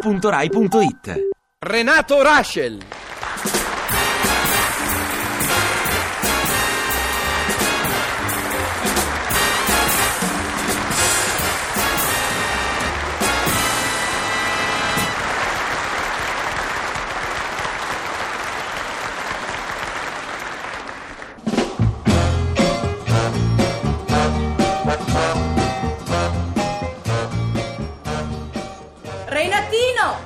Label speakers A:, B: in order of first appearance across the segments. A: radio2pod.rai.it
B: Renato Raschel.
C: Renatino!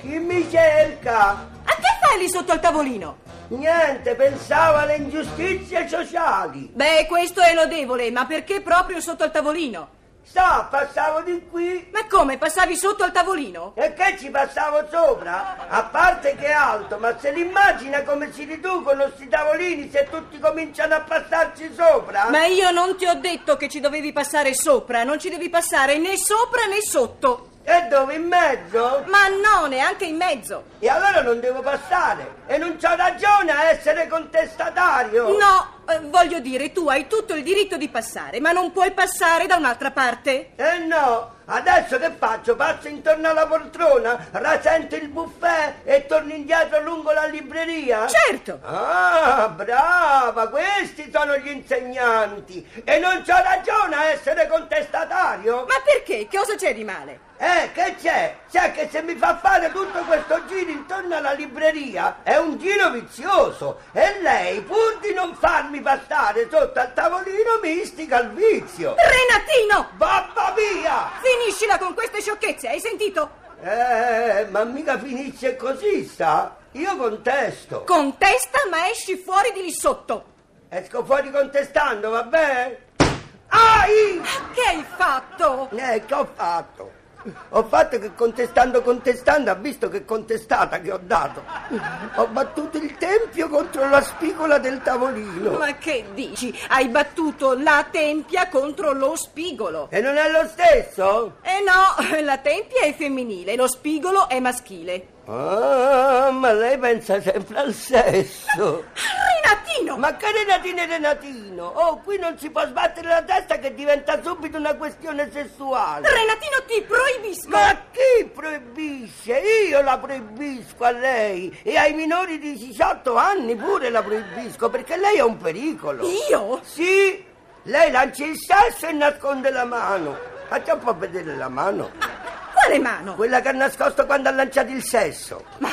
D: Chi mi cerca?
C: A che fai lì sotto al tavolino?
D: Niente, pensavo alle ingiustizie sociali.
C: Beh, questo è lodevole, ma perché proprio sotto al tavolino?
D: Sta, passavo di qui
C: Ma come, passavi sotto al tavolino?
D: e che ci passavo sopra? A parte che è alto, ma se l'immagina come si riducono sti tavolini se tutti cominciano a passarci sopra?
C: Ma io non ti ho detto che ci dovevi passare sopra, non ci devi passare né sopra né sotto.
D: E dove in mezzo?
C: Ma no, neanche in mezzo.
D: E allora non devo passare. E non c'ho ragione a essere contestatario.
C: No, eh, voglio dire, tu hai tutto il diritto di passare, ma non puoi passare da un'altra parte.
D: Eh no, adesso che faccio? Passo intorno alla poltrona, rasento il buffet e torno indietro lungo la libreria?
C: Certo!
D: Ah, brava, questi sono gli insegnanti e non c'ho ragione a essere contestatario.
C: Ma perché? Che cosa c'è di male?
D: Eh, che c'è? C'è che se mi fa fare tutto questo giro intorno alla libreria è un giro vizioso e lei, pur di non farmi passare sotto al tavolino, mi istiga al vizio.
C: Renatino!
D: Babba via!
C: Finiscila con queste sciocchezze, hai sentito?
D: Eh, ma mica finisce così, sa? Io contesto.
C: Contesta, ma esci fuori di lì sotto.
D: Esco fuori contestando, va bene? Ai!
C: Che hai fatto?
D: Eh, che ho fatto? Ho fatto che contestando, contestando, ha visto che contestata che ho dato. Ho battuto il tempio contro la spigola del tavolino.
C: Ma che dici? Hai battuto la tempia contro lo spigolo.
D: E non è lo stesso?
C: Eh no, la tempia è femminile, lo spigolo è maschile.
D: Ah, ma lei pensa sempre al sesso.
C: Renatino!
D: Ma che Renatino e Renatino? Oh, qui non si può sbattere la testa che diventa subito una questione sessuale.
C: Renatino, ti proibisco!
D: Ma chi proibisce? Io la proibisco a lei e ai minori di 18 anni pure la proibisco perché lei è un pericolo.
C: Io?
D: Sì, lei lancia il sasso e nasconde la mano. Faccia un po' vedere la mano.
C: Quale mano?
D: Quella che ha nascosto quando ha lanciato il sesso.
C: Ma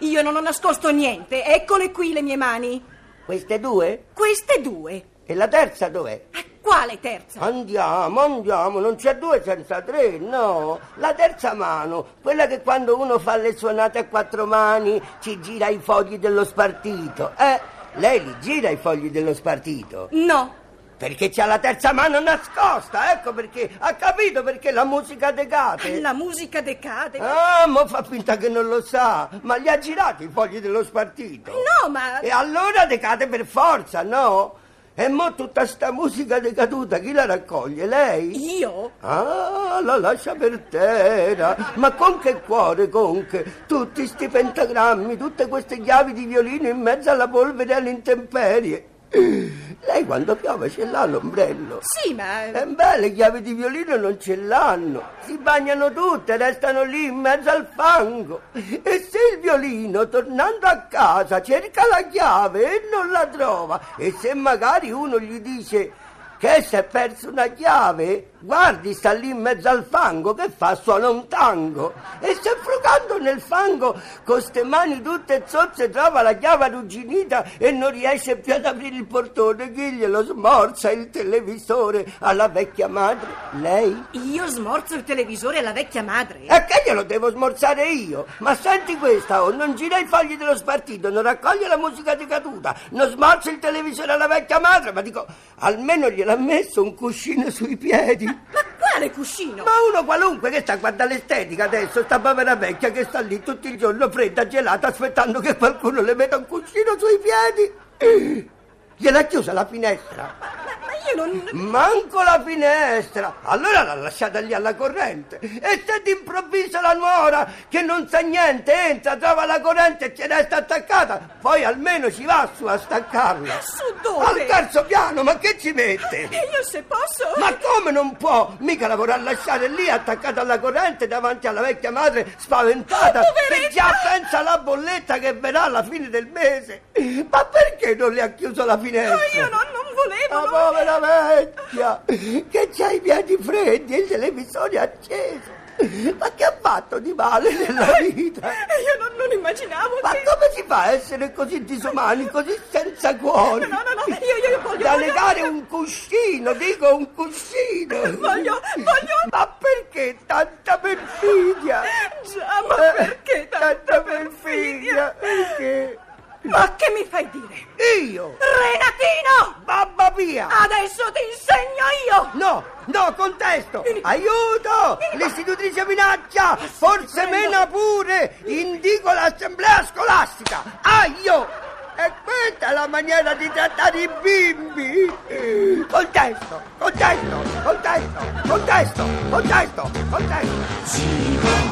C: io non ho nascosto niente, eccole qui le mie mani.
D: Queste due?
C: Queste due.
D: E la terza dov'è?
C: Ma quale
D: Ah.
C: terza?
D: Andiamo, andiamo, non c'è due senza tre, no. La terza mano, quella che quando uno fa le suonate a quattro mani ci gira i fogli dello spartito. Eh, lei li gira i fogli dello spartito.
C: No,
D: Perché c'ha la terza mano nascosta, ecco perché. Ha capito perché la musica decade.
C: la musica decade.
D: Eh. Ah, ma fa finta che non lo sa, ma li ha girati i fogli dello spartito.
C: No, ma...
D: E allora decade per forza, no? E mo tutta sta musica decaduta, chi la raccoglie? Lei?
C: Io?
D: Ah, la lascia per terra. Ma con che cuore, con che? Tutti sti pentagrammi, tutte queste chiavi di violino in mezzo alla polvere e alle intemperie. Lei quando piove ce l'ha l'ombrello.
C: Sì, ma...
D: E beh, le chiavi di violino non ce l'hanno. Si bagnano tutte, restano lì in mezzo al fango. E se il violino, tornando a casa, cerca la chiave e non la trova, e se magari uno gli dice che si è perso una chiave, guardi, sta lì in mezzo al fango, che fa? Suona un tango. E se frugando nel fango, con ste mani tutte zozze, trova la chiave arrugginita e non riesce più ad aprire il portone, chi glielo smorza il televisore alla vecchia madre? Lei?
C: Io smorzo il televisore alla vecchia madre.
D: E che glielo devo smorzare io? Ma senti questa, oh, non gira i fogli dello spartito, non raccoglie la musica decaduta, non smorza il televisore alla vecchia madre, ma dico, almeno gliel'ha messo un cuscino sui piedi. Ma
C: Ma quale cuscino?
D: uno qualunque che sta a guardare l'estetica adesso, sta povera vecchia che sta lì tutto il giorno fredda, gelata, aspettando che qualcuno le metta un cuscino sui piedi. Gliel'ha chiusa la finestra.
C: Ma, ma io e non...
D: Manco la finestra! Allora l'ha lasciata lì alla corrente. E se d'improvviso la nuora, che non sa niente, entra, trova la corrente e ci resta attaccata, poi almeno ci va su a staccarla.
C: Su
D: Al
C: dove?
D: terzo piano, ma che ci mette?
C: E io se posso...
D: Ma come non può? Mica la vorrà lasciare lì attaccata alla corrente davanti alla vecchia madre spaventata
C: Ah, poveretta!
D: che già pensa alla bolletta che verrà alla fine del mese. Ma perché non le ha chiuso la finestra?
C: No, io no, non volevo... non-
D: La Ah, povera vecchia che c'ha i piedi freddi e il televisore acceso. Ma che ha fatto di male nella
C: Eh,
D: vita?
C: E io non, non immaginavo
D: Ma
C: che...
D: come si fa a essere così disumani, così senza cuore?
C: No, no, no, io, io, io voglio...
D: Da
C: voglio-
D: legare un cuscino, dico un cuscino.
C: Voglio, voglio...
D: Ma perché tanta perfidia?
C: Già, ma perché
D: Eh,
C: tanta perfidia?
D: Perché?
C: Ma che mi fai dire?
D: Io,
C: Renatino!
D: mamma mia!
C: Adesso ti insegno io!
D: No, no, contesto! Aiuto! L'istitutrice
C: Ah,
D: minaccia! Forse mena pure! Indico l'assemblea scolastica! Aio! E questa è la maniera di trattare i bimbi! Contesto! Contesto! Contesto! Contesto! Contesto! Contesto!